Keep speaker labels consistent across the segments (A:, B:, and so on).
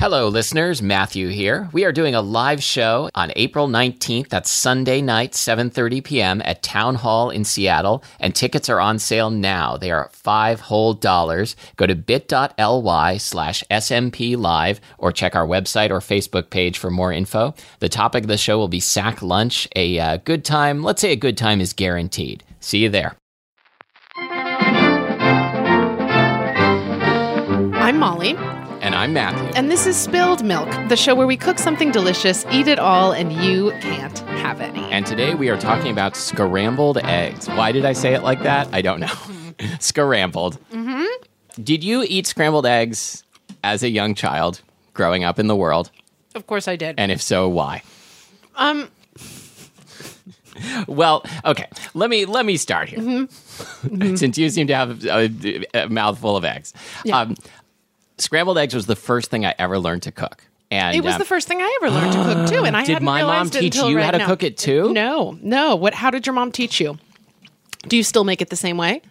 A: Hello, listeners. Matthew here. We are doing a live show on April 19th. That's Sunday night, 7.30 p.m. at Town Hall in Seattle. And tickets are on sale now. They are five whole dollars. Go to bit.ly slash SMP live or check our website or Facebook page for more info. The topic of the show will be sack lunch. A uh, good time, let's say a good time is guaranteed. See you there.
B: I'm Molly,
A: And I'm Matthew.
B: and this is Spilled Milk, the show where we cook something delicious, eat it all, and you can't have any.
A: And today we are talking about scrambled eggs. Why did I say it like that? I don't know. scrambled. Mm-hmm. Did you eat scrambled eggs as a young child growing up in the world?
B: Of course I did.
A: And if so, why? Um. well, okay. Let me let me start here,
C: Mm-hmm.
A: since you seem to have a, a mouthful of eggs. Um, scrambled eggs was the first thing I ever learned to cook, and
C: It was
A: um,
C: the first thing I ever learned to cook too, and I
A: Did
C: hadn't
A: my mom
C: realized it
A: teach
C: until
A: you
C: right
A: how to
C: now.
A: cook it, too?
C: No, no. What? How did your mom teach you? Do you still make it the same way?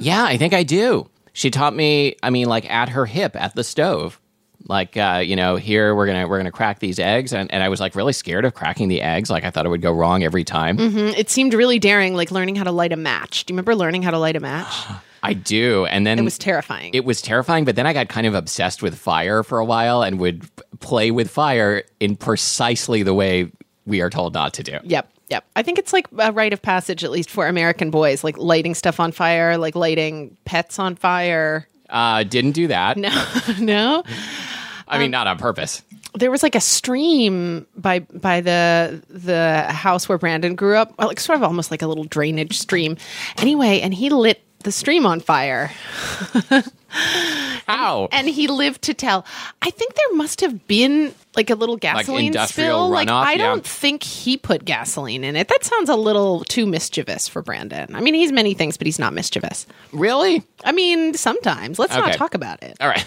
A: Yeah, I think I do. She taught me, I mean, like at her hip at the stove. Like uh, you know, here we're gonna we're gonna crack these eggs, and, and I was like really scared of cracking the eggs. Like I thought it would go wrong every time.
C: Mm, It seemed really daring, like learning how to light a match. Do you remember learning how to light a match?
A: I do, and then
C: It was terrifying.
A: it was terrifying. But then I got kind of obsessed with fire for a while, and would p- play with fire in precisely the way we are told not to do.
C: yep, yep. I think it's like a rite of passage, at least for American boys, like lighting stuff on fire, like lighting pets on fire.
A: Uh, didn't do that.
C: No, no.
A: I mean, not on purpose.
C: there was like a stream by by the the house where Brandon grew up, well, like sort of almost like a little drainage stream. Anyway, and he lit the stream on fire,
A: How?
C: and he lived to tell. I think there must have been like a little gasoline
A: industrial
C: spill. like
A: runoff,
C: I
A: yeah.
C: don't think he put gasoline in it. That sounds a little too mischievous for Brandon. I mean, he's many things, but he's not mischievous.
A: really?
C: I mean, sometimes let's not
A: Okay.
C: talk about it.
A: All right.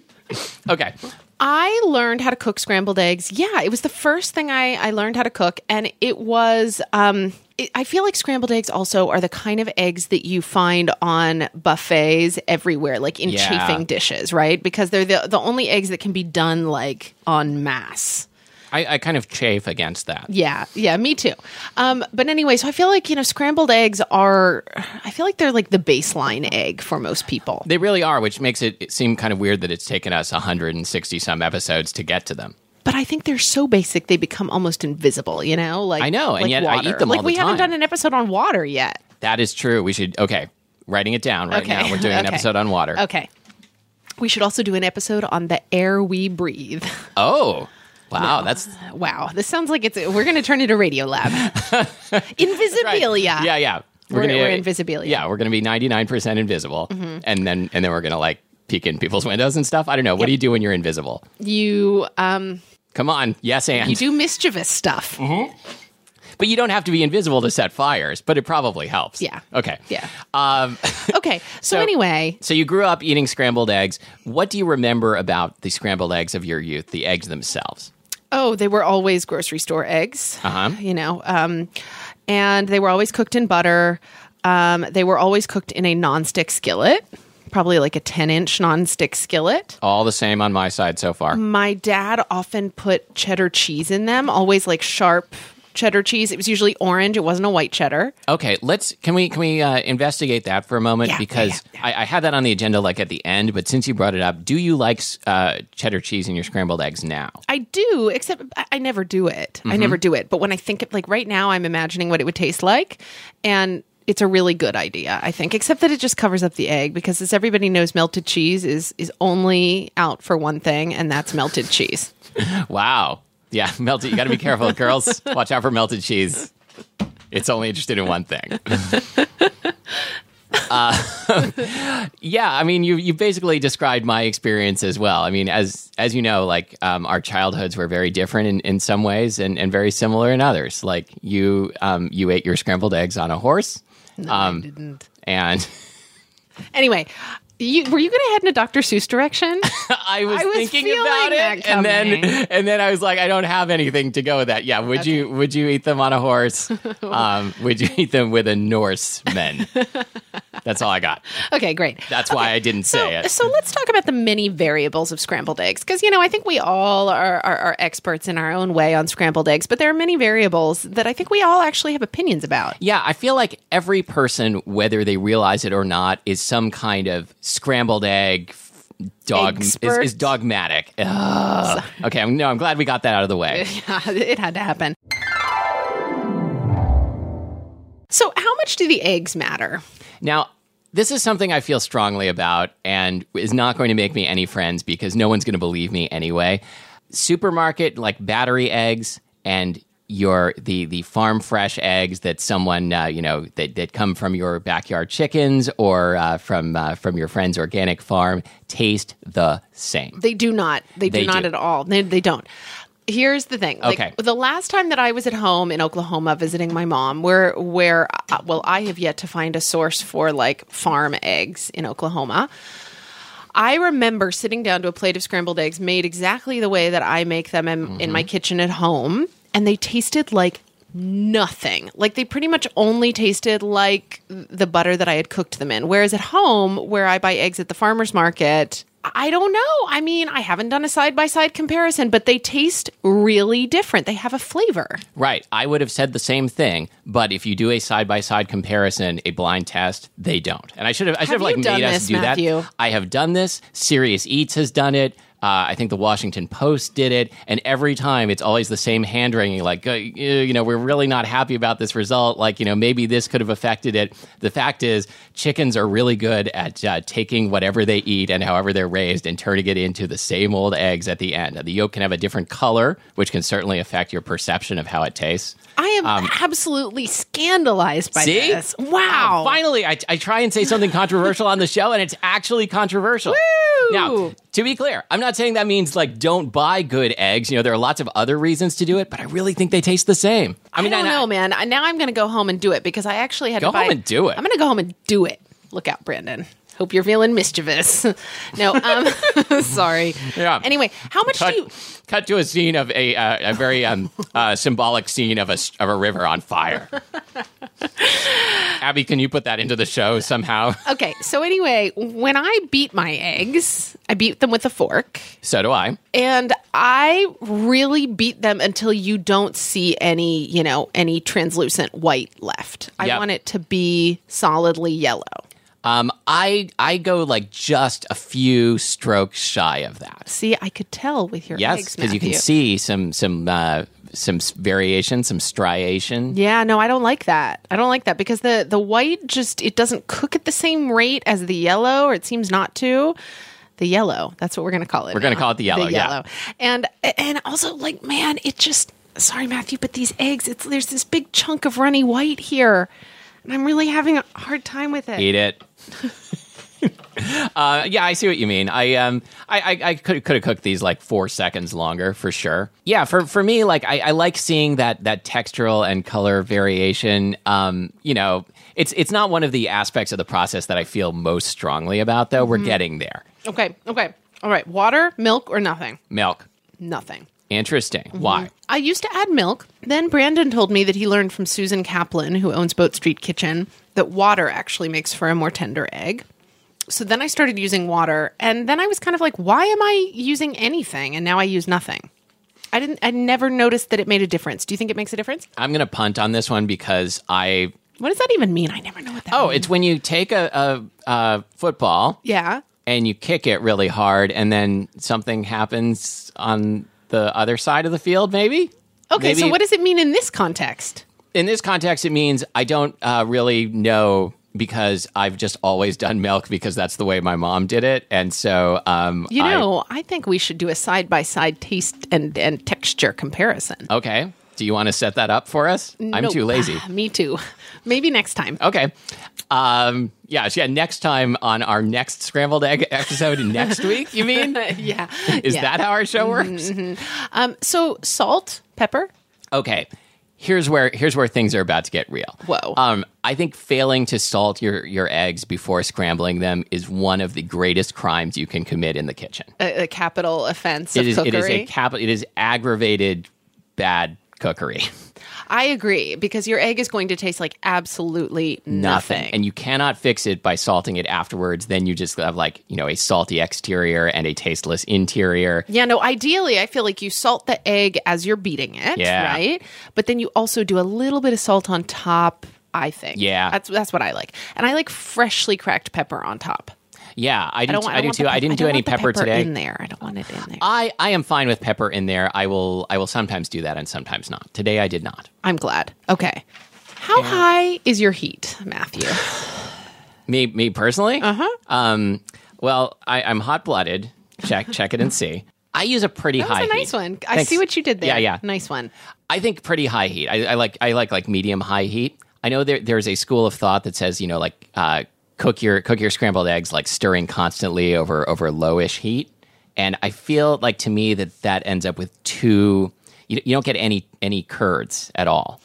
A: okay.
C: I learned how to cook scrambled eggs. Yeah, it was the first thing I, I learned how to cook. And it was, um, it, I feel like scrambled eggs also are the kind of eggs that you find on buffets everywhere, like in
A: Yeah.
C: chafing dishes, right? Because they're the, the only eggs that can be done like en masse.
A: I, I kind of chafe against that.
C: Yeah, yeah, me too. Um, but anyway, so I feel like, you know, scrambled eggs are, I feel like they're like the baseline egg for most people.
A: They really are, which makes it seem kind of weird that it's taken us 160 some episodes to get to them.
C: but I think they're so basic they become almost invisible. You know, like
A: I know, and
C: like
A: yet I
C: water.
A: eat them
C: Like
A: all the
C: we haven't
A: time.
C: done an episode on water yet.
A: That is true. We should, okay, writing it down right
C: Okay,
A: now. We're doing an
C: Okay.
A: episode on water.
C: Okay, we should also do an episode on the air we breathe.
A: Oh, wow. That's
C: wow, this sounds like it's we're going to turn into Radio Lab. Invisibilia.
A: Yeah, yeah.
C: We're-
A: gonna-
C: we're invisibilia. Mm-hmm.
A: Yeah, we're going to be 99% invisible. And then, and then we're going to like peek in people's windows and stuff. I don't know. What do you do when you're invisible?
C: You um
A: Come on. Yes, and.
C: you do mischievous stuff.
A: Mm-hmm. But you don't have to be invisible to set fires, but it probably helps.
C: Yeah.
A: Okay.
C: Yeah.
A: Um,
C: Okay, so,
A: So-
C: anyway,
A: So you grew up eating scrambled eggs. What do you remember about the scrambled eggs of your youth, the eggs themselves?
C: Oh, they were always grocery store eggs.
A: Uh-huh.
C: You know, um, and they were always cooked in butter. Um, they were always cooked in a nonstick skillet, probably like a 10 inch nonstick skillet.
A: All the same on my side so far.
C: My dad often put cheddar cheese in them, always like sharp cheddar cheese. It was usually orange, it wasn't a white cheddar.
A: Okay, let's can we can we uh, investigate that for a moment
C: Yeah, yeah,
A: because
C: yeah,
A: I, I had that on the agenda like at the end, but since you brought it up, do you like uh, cheddar cheese in your scrambled eggs now?
C: I do, except I, I never do it. I never do it. But when I think of, like right now, I'm imagining what it would taste like, and it's a really good idea, I think. Except that it just covers up the egg because, as everybody knows, melted cheese is is only out for one thing, and that's melted cheese.
A: Wow, yeah, melted. You got to be careful, girls. Watch out for melted cheese. It's only interested in one thing. Uh, Yeah, I mean, you you basically described my experience as well. I mean, as as you know, like um, our childhoods were very different in, in some ways, and, and very similar in others. Like you, um, you ate your scrambled eggs on a horse,
C: I didn't.
A: and
C: Anyway, you, were you going to head in a Dr. Seuss direction?
A: I was,
C: I was
A: thinking
C: feeling
A: about it,
C: that
A: and then
C: coming.
A: and then I was like, I don't have anything to go with that. Yeah, would you would you eat them on a horse? um, would you eat them with a Norseman? That's all I got.
C: okay, great.
A: That's why I didn't
C: So,
A: say it.
C: so let's talk about the many variables of scrambled eggs because you know I think we all are, are, are experts in our own way on scrambled eggs, but there are many variables that I think we all actually have opinions about.
A: Yeah, I feel like every person, whether they realize it or not, is some kind of scrambled egg f- dog is,
C: Expert.
A: is dogmatic. Ugh. Okay, I'm, no, I'm glad we got that out of the way.
C: Yeah, it had to happen. So how much do the eggs matter?
A: Now, this is something I feel strongly about and is not going to make me any friends because no one's going to believe me anyway. Supermarket like battery eggs and your the the farm fresh eggs that someone uh, you know that, that come from your backyard chickens or uh, from uh, from your friend's organic farm taste the same.
C: They do not. They do
A: They
C: not
A: do.
C: at all. They, they don't. Here's the thing. Like,
A: Okay.
C: The last time that I was at home in Oklahoma visiting my mom, where where uh, well, I have yet to find a source for like farm eggs in Oklahoma. I remember sitting down to a plate of scrambled eggs made exactly the way that I make them in,
A: Mm-hmm.
C: in my kitchen at home, and they tasted like nothing. Like they pretty much only tasted like the butter that I had cooked them in. Whereas at home, where I buy eggs at the farmer's market, I don't know. I mean, I haven't done a side by side comparison, but they taste really different. They have a flavor.
A: Right. I would have said the same thing, but if you do a side by side comparison, a blind test, they don't. And I should have I should
C: Have
A: have, like
C: you done
A: made us
C: this,
A: do
C: Matthew?
A: that. I have done this. Serious Eats has done it. Uh, I think the Washington Post did it, and every time it's always the same hand wringing. Like, uh, you know, we're really not happy about this result. Like, you know, maybe this could have affected it. The fact is, chickens are really good at uh, taking whatever they eat and however they're raised and turning it into the same old eggs at the end. The yolk can have a different color, which can certainly affect your perception of how it tastes.
C: I am absolutely scandalized by
A: Um, See?
C: this. Wow.
A: Oh, Finally, I, I try and say something controversial on the show, and it's actually controversial. Now, to be clear, I'm not saying that means like don't buy good eggs. You know, there are lots of other reasons to do it, but I really think they taste the same. I
C: I,
A: mean,
C: don't
A: and I-
C: know, man. I, now I'm going to go home and do it because I actually had
A: Go
C: to buy.
A: home and do it.
C: I'm going to go home and do it. Look out, Brandon. Hope you're feeling mischievous. no, um, sorry.
A: Yeah.
C: Anyway, how much
A: Cut,
C: do you?
A: cut to a scene of a uh, a very um, uh, symbolic scene of a s- of a river on fire. Abby, can you put that into the show somehow?
C: Okay, so anyway, when I beat my eggs, I beat them with a fork,
A: So do I.
C: and I really beat them until you don't see any, you know, any translucent white left. I
A: Yep.
C: want it to be solidly yellow.
A: Um, I I go like just a few strokes shy of that.
C: See, I could tell with your eggs,
A: Yes, because you can
C: Matthew.
A: see some some uh, some s- variation, some striation.
C: Yeah, no, I don't like that. I don't like that because the the white just it doesn't cook at the same rate as the yellow, or it seems not to. The yellow, that's what we're gonna call it. We're
A: gonna call it the yellow, yeah.
C: and and also like man, it just sorry Matthew, but these eggs, it's there's this big chunk of runny white here, and I'm really having a hard time with it.
A: Eat it. uh, yeah, I see what you mean. I um, I I, I could could have cooked these like four seconds longer for sure. Yeah, for for me, like I, I like seeing that that textural and color variation. Um, you know, it's it's not one of the aspects of the process that I feel most strongly about,
C: Mm-hmm.
A: though. We're getting there.
C: Okay, okay, all right. Water, milk, or nothing.
A: Milk.
C: Nothing.
A: Interesting. Why?
C: I used to add milk. Then Brandon told me that he learned from Susan Kaplan, who owns Boat Street Kitchen, that water actually makes for a more tender egg. So then I started using water, and then I was kind of like, why am I using anything? And now I use nothing. I didn't I never noticed that it made a difference. Do you think it makes a difference?
A: I'm going to punt on this one because I.
C: What does that even mean? I never know what that
A: Oh,
C: means.
A: it's when you take a, a, a football
C: Yeah.
A: and you kick it really hard, and then something happens on the other side of the field, maybe?
C: Okay, so
A: Maybe-
C: what does it mean in this context?
A: in this context, it means I don't uh, really know because I've just always done milk because that's the way my mom did it, and so um,
C: You
A: I-
C: know, I, think we should do a side by side taste and, and texture comparison.
A: okay, do you want to set that up for us? I'm
C: Nope.
A: too lazy.
C: Me too. Maybe next time.
A: Okay. Um, yeah, so yeah. Next time on our next scrambled egg episode next week, you mean?
C: yeah.
A: Is
C: Yeah.
A: that how our show works?
C: Um, so salt, pepper.
A: Okay. Here's where here's where things are about to get real.
C: Whoa.
A: Um, I think failing to salt your, your eggs before scrambling them is one of the greatest crimes you can commit in the kitchen.
C: A, a capital offense
A: it
C: of
A: is
C: cookery.
A: it is a capital it is aggravated bad cookery
C: I agree because your egg is going to taste like absolutely nothing.
A: and you cannot fix it by salting it afterwards then you just have like you know a salty exterior and a tasteless interior
C: yeah, no, ideally, I feel like you salt the egg as you're beating it,
A: Yeah.
C: right? But then you also do a little bit of salt on top, I think.
A: Yeah.
C: That's that's what I like. And I like freshly cracked pepper on top.
A: yeah i do
C: I don't
A: t-
C: want
A: I do
C: want the
A: too i
C: pep-
A: didn't do
C: don't
A: any
C: want the
A: pepper, today Uh,
C: in there. I don't want it in there.
A: i i am fine with pepper in there i will i will sometimes do that and sometimes not today i did not
C: I'm glad. Okay. How high is your heat, Matthew?
A: me me personally uh-huh um well i i'm hot-blooded check check it and see i use a pretty
C: That
A: high
C: was a nice
A: heat.
C: one. I
A: Thanks.
C: see what you did there.
A: yeah yeah
C: Nice one.
A: I think pretty high heat. I, I like I like like medium high heat. I know there there's a school of thought that says you know like uh, cook your cook your scrambled eggs like stirring constantly over over lowish heat, and I feel like to me that that ends up with too you, you don't get any any curds at all.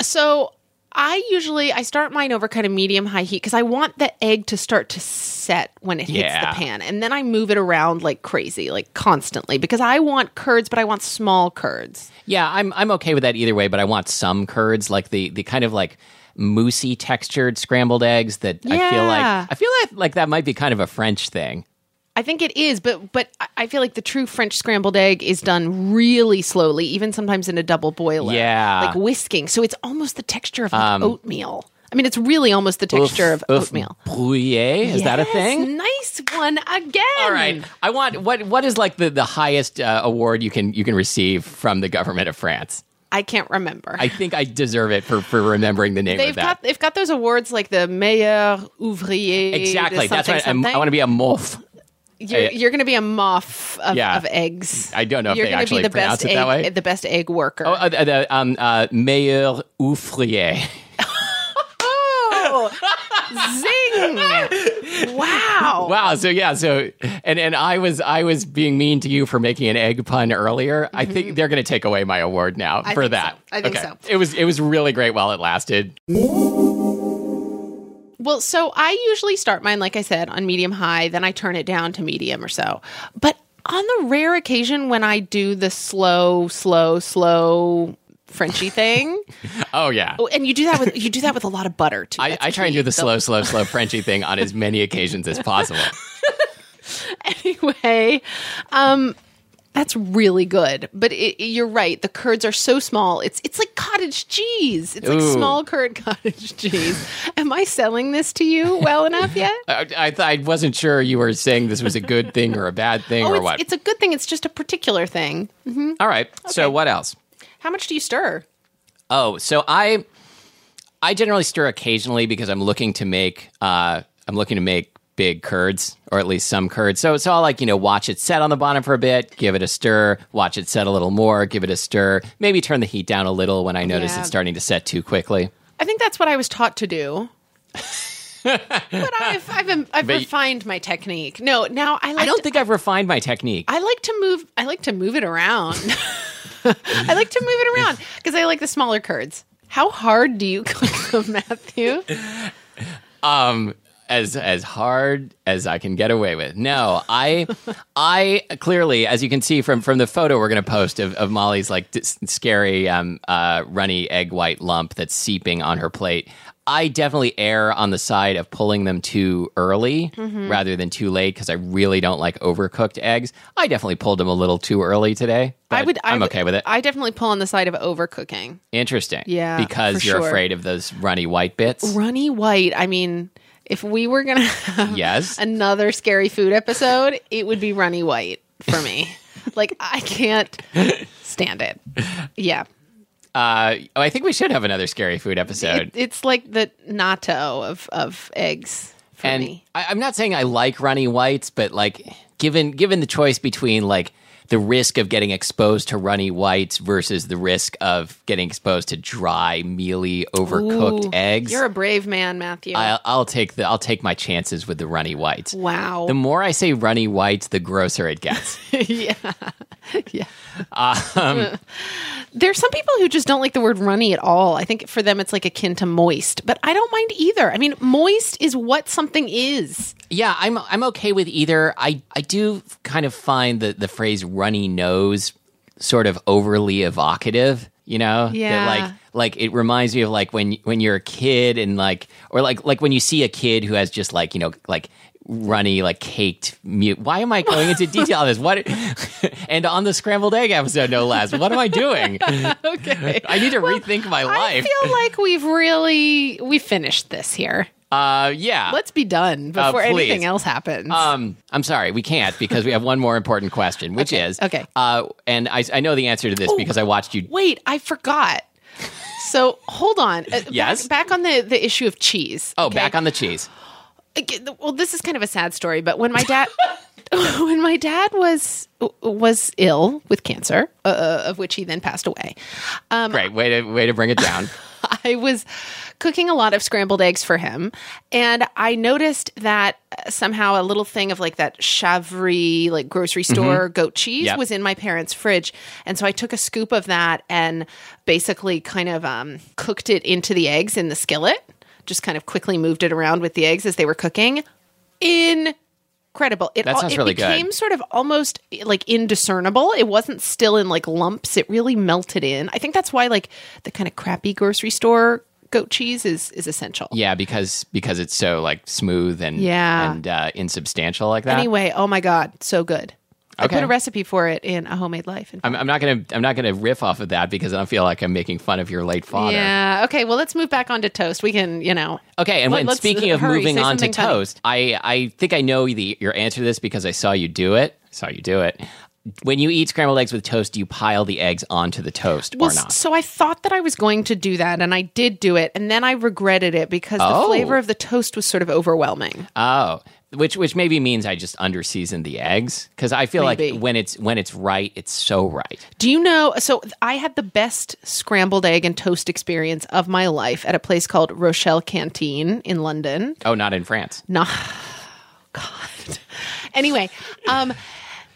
C: So I usually I start mine over kind of medium high heat because I want the egg to start to set when it
A: Yeah.
C: hits the pan, and then I move it around like crazy, like constantly, because I want curds, but I want small curds.
A: Yeah, I'm I'm okay with that either way, but I want some curds like the the kind of like moussey textured scrambled eggs that I feel
C: Yeah.
A: like I feel like like that might be kind of a French thing.
C: I think it is, but but I- I feel like the true French scrambled egg is done really slowly, even sometimes in a double boiler.
A: Yeah. Um,
C: like whisking, so it's almost the texture of like oatmeal. I mean, it's really almost the texture of
A: Oof,
C: oatmeal.
A: Brouillé, is that a
C: Yes, Mm.
A: thing?
C: Nice one again.
A: All right. I want what what is like the the highest uh, award you can you can receive from the government of France?
C: I can't remember.
A: I think I deserve it for for remembering the name
C: They've
A: of that.
C: got they've got those awards like the meilleur ouvrier. de
A: exactly. That's
C: something,
A: right. I'm- I
C: something.
A: want to be a moth.
C: You're,
A: yeah.
C: you're going to be a moth of,
A: Yeah.
C: of eggs.
A: I don't know if
C: you're
A: they
C: gonna
A: actually
C: be the best
A: pronounce it
C: egg,
A: that way.
C: The best egg worker.
A: Uh, the- the um, uh, meilleur ouvrier.
C: Oh, zing! Wow.
A: Wow. So yeah. So and and I was I was being mean to you for making an egg pun earlier. I think they're going to take away my award now for
C: think so.
A: that.
C: Mm-hmm. I think
A: Okay.
C: so.
A: It was it was really great while it lasted.
C: Well, so I usually start mine, like I said, on medium high, then I turn it down to medium or so. But on the rare occasion when I do the slow, slow, slow Frenchy thing,
A: Oh yeah.
C: Oh, and you do that with you do that with a lot of butter too.
A: I,
C: That's
A: I try and
C: key.
A: do the slow, slow, slow Frenchy thing on as many occasions as possible.
C: anyway. Um, that's really good, but it, it- you're right. The curds are so small. It's it's like cottage cheese. It's like
A: Ooh.
C: small curd cottage cheese. Am I selling this to you well enough yet?
A: I, I, th- I wasn't sure you were saying this was a good thing or a bad thing
C: Oh,
A: or
C: it's,
A: what.
C: it's a good thing. It's just a particular thing.
A: All right. So what else?
C: How much do you stir?
A: Oh, so I I generally stir occasionally because I'm looking to make uh, I'm looking to make big curds or at least some curds. So it's all like you know, watch it set on the bottom for a bit, give it a stir, watch it set a little more, give it a stir, maybe turn the heat down a little when I notice
C: Yeah.
A: it's starting to set too quickly.
C: I think that's what I was taught to do. but I've I've, I've,
A: you-
C: refined my technique. No, now I like
A: I don't
C: to-
A: think I've refined my technique.
C: I like to move. I like to move it around. I like to move it around because I like the smaller curds. How hard do you cook them, Matthew?
A: Um, as as hard as I can get away with. No, I I clearly, as you can see from from the photo we're going to post of, of Molly's like dis- scary um, uh, runny egg white lump that's seeping on her plate. I definitely err on the side of pulling them too early
C: Mm-hmm.
A: rather than too late because I really don't like overcooked eggs. I definitely pulled them a little too early today.
C: I
A: but
C: would. I
A: I'm
C: would-
A: okay with it.
C: I definitely pull on the side of overcooking.
A: Interesting.
C: Yeah,
A: Because
C: for
A: you're
C: sure.
A: afraid of those runny white bits.
C: Runny White. I mean, if we were gonna have
A: Yes.
C: another scary food episode, it would be Runny White for me. like I can't stand it. Yeah.
A: Uh, oh, I think we should have another scary food episode.
C: It, it's like the natto of of eggs for
A: and
C: me.
A: I, I'm not saying I like runny whites, but like given given the choice between like the risk of getting exposed to runny whites versus the risk of getting exposed to dry, mealy, overcooked
C: Ooh,
A: eggs,
C: You're a brave man, Matthew.
A: I'll, I'll take the I'll take my chances with the runny whites.
C: wow.
A: The more I say runny whites, the grosser it gets.
C: yeah. yeah. There's some people who just don't like the word runny at all. I think for them it's like akin to moist, but I don't mind either. I mean, moist is what something is.
A: Yeah, I'm I'm okay with either. I I do kind of find the the phrase runny nose sort of overly evocative, you know? That,
C: Yeah.
A: like like it reminds me of like when when you're a kid and like or like like when you see a kid who has just like, you know, like runny like caked mute. Why am I going into detail on this? What and on the scrambled egg episode no less. What am I doing?
C: Okay.
A: I need to rethink my
C: I
A: life.
C: feel like we've really we finished this here.
A: uh yeah.
C: Let's be done before
A: Uh, please.
C: anything else happens.
A: Um, I'm sorry, we can't because we have one more important question, which is
C: okay.
A: Uh, and I, I know the answer to this because I watched you.
C: Wait, I forgot. So hold on. Uh,
A: Yes?
C: Back, back on the, the issue of cheese.
A: Oh, back on the cheese.
C: well this is kind of a sad story but when my dad when my dad was was ill with cancer uh, of which he then passed away Um,
A: Great way to way to bring it down.
C: i was cooking a lot of scrambled eggs for him and i noticed that uh, somehow a little thing of like that chavry like grocery
A: Mm-hmm.
C: store goat cheese
A: Yep.
C: was in my parents fridge and so i took a scoop of that and basically kind of um, cooked it into the eggs in the skillet just kind of quickly moved it around with the eggs as they were cooking in incredible. It,
A: That
C: al-
A: sounds
C: it
A: really good.
C: became sort of almost like indiscernible. It wasn't still in like lumps. It really melted in. I think that's why like the kind of crappy grocery store goat cheese is is essential.
A: yeah, because because it's so like smooth and
C: Yeah.
A: and uh, insubstantial like that.
C: Anyway, oh my god, so good. I
A: Okay.
C: put a recipe for it in a homemade life. And-
A: I'm, I'm not gonna I'm not gonna riff off of that because I don't feel like I'm making fun of your late father.
C: yeah. Okay. Well, let's move back on to toast. We can, you know.
A: Okay, and
C: Let-
A: when
C: let's-
A: speaking of
C: hurry,
A: moving
C: say
A: on to
C: something funny.
A: toast, I I think I know the your answer to this because I saw you do it. I saw you do it. When you eat scrambled eggs with toast, do you pile the eggs onto the toast
C: Well,
A: or not?
C: so I thought that I was going to do that, and I did do it, and then I regretted it because
A: Oh.
C: the flavor of the toast was sort of overwhelming.
A: Oh, which which maybe means I just underseasoned the eggs because I feel
C: Maybe.
A: like when it's when it's right, it's so right.
C: Do you know? So I had the best scrambled egg and toast experience of my life at a place called Rochelle Canteen in London.
A: Oh, not in France.
C: Nah, God. Anyway, um,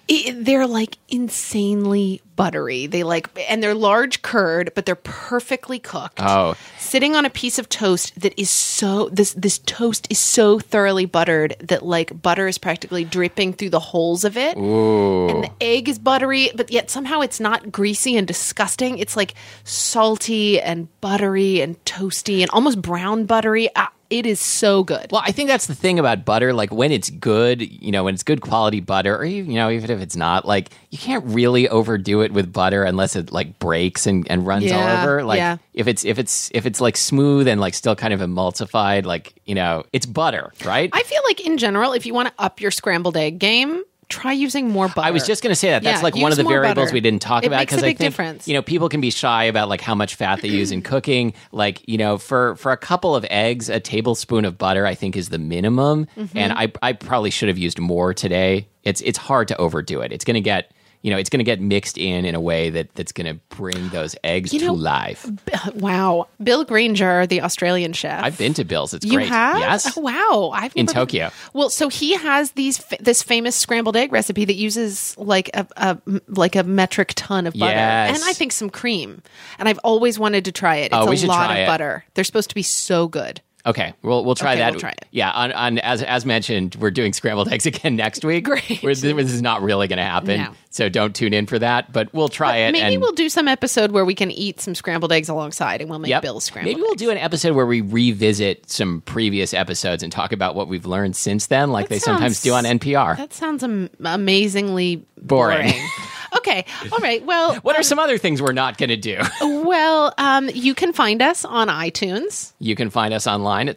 C: it, they're like insanely buttery. They like, and they're large curd, but they're perfectly cooked.
A: Oh,
C: Sitting on a piece of toast that is so this this toast is so thoroughly buttered that like butter is practically dripping through the holes of it. And the egg is buttery, but yet somehow it's not greasy and disgusting. It's like salty and buttery and toasty and almost brown buttery. Ah, it is so good.
A: well, I think that's the thing about butter. Like when it's good, you know, when it's good quality butter, or even, you know, even if it's not, like you can't really overdo it with butter unless it like breaks and, and runs all
C: Yeah,
A: over. Like
C: yeah.
A: if it's if it's if it's like smooth and like still kind of emulsified, like you know, it's butter, right?
C: I feel like in general, if you want to up your scrambled egg game, try using more butter.
A: I was just going to say that. That's
C: Yeah,
A: like one
C: use
A: of the
C: more
A: variables
C: butter.
A: we didn't talk
C: It
A: about
C: makes a
A: because I
C: big
A: think
C: difference.
A: you know people can be shy about like how much fat they use in cooking. Like you know, for for a couple of eggs, a tablespoon of butter I think is the minimum,
C: Mm-hmm.
A: and I I probably should have used more today. It's it's hard to overdo it. It's going to get you know it's going to get mixed in in a way that that's going to bring those eggs to
C: know,
A: life.
C: wow. Bill Granger, the Australian chef.
A: I've been to Bill's. It's
C: You
A: great.
C: have?
A: Yes.
C: Oh, wow. I've never been-
A: In Tokyo.
C: Well, so he has these fa- this famous scrambled egg recipe that uses like a, a like a metric ton of butter
A: Yes.
C: and I think some cream. And I've always wanted to try it. It's
A: Oh, we
C: a
A: should
C: lot of
A: try it.
C: butter. They're supposed to be so good.
A: Okay, we'll we'll try
C: Okay,
A: that.
C: we'll try it.
A: Yeah, on, on as as mentioned, we're doing scrambled eggs again next week.
C: Great.
A: We're- this is not really going to happen,
B: No.
A: so don't tune in for that. But we'll try it.
C: Maybe
A: and,
C: we'll do some episode where we can eat some scrambled eggs alongside, and we'll make
A: Yep.
C: Bill scrambled.
A: Maybe we'll
C: eggs.
A: do an episode where we revisit some previous episodes and talk about what we've learned since then, like
C: That
A: they sometimes do on
C: sounds-
A: NPR.
C: That sounds am- amazingly
A: Boring.
C: boring. okay. All right. Well,
A: what are some other things we're not going to do?
C: Oh. well, um, you can find us on iTunes.
A: you can find us online at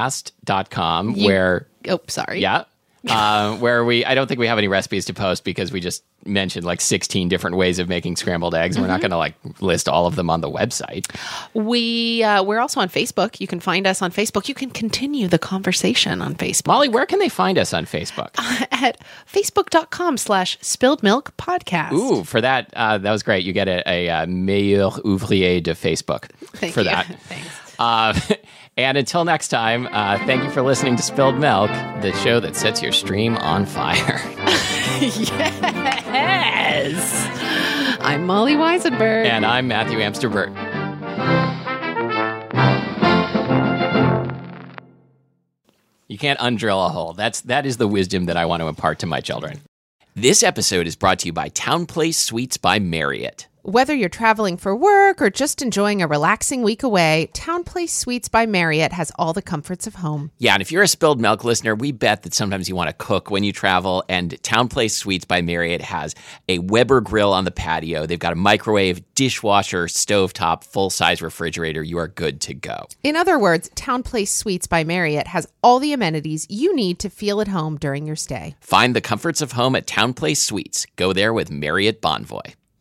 A: spilledmilkpodcast.com,
C: You-
A: where
C: Oh, sorry.
A: Yeah. Uh, where we, I don't think we have any recipes to post because we just mentioned like 16 different ways of making scrambled eggs. We're
C: Mm-hmm.
A: not going to like list all of them on the website.
C: We uh, we're also on Facebook. You can find us on Facebook. You can continue the conversation on Facebook
A: Molly, where can they find us on Facebook?
C: at facebook.com slash spilled milk podcast.
A: Ooh, for that, uh, that was great. You get a, a uh, meilleur ouvrier de Facebook
C: Thank
A: for
C: you.
A: that.
C: Thanks.
A: Uh, and until next time, uh, thank you for listening to Spilled Milk, the show that sets your stream on fire.
C: Yes. I'm Molly Weisenberg.
A: and I'm Matthew Amsterbert. You can't undrill a hole. That's that is the wisdom that I want to impart to my children. This episode is brought to you by Town Place Suites by Marriott.
B: Whether you're traveling for work or just enjoying a relaxing week away, Town Place Suites by Marriott has all the comforts of home.
A: Yeah, and if you're a spilled milk listener, we bet that sometimes you want to cook when you travel. And Town Place Suites by Marriott has a Weber grill on the patio. They've got a microwave, dishwasher, stovetop, full size refrigerator. You are good to go.
B: In other words, Town Place Suites by Marriott has all the amenities you need to feel at home during your stay.
A: Find the comforts of home at Town Place Suites. Go there with Marriott Bonvoy.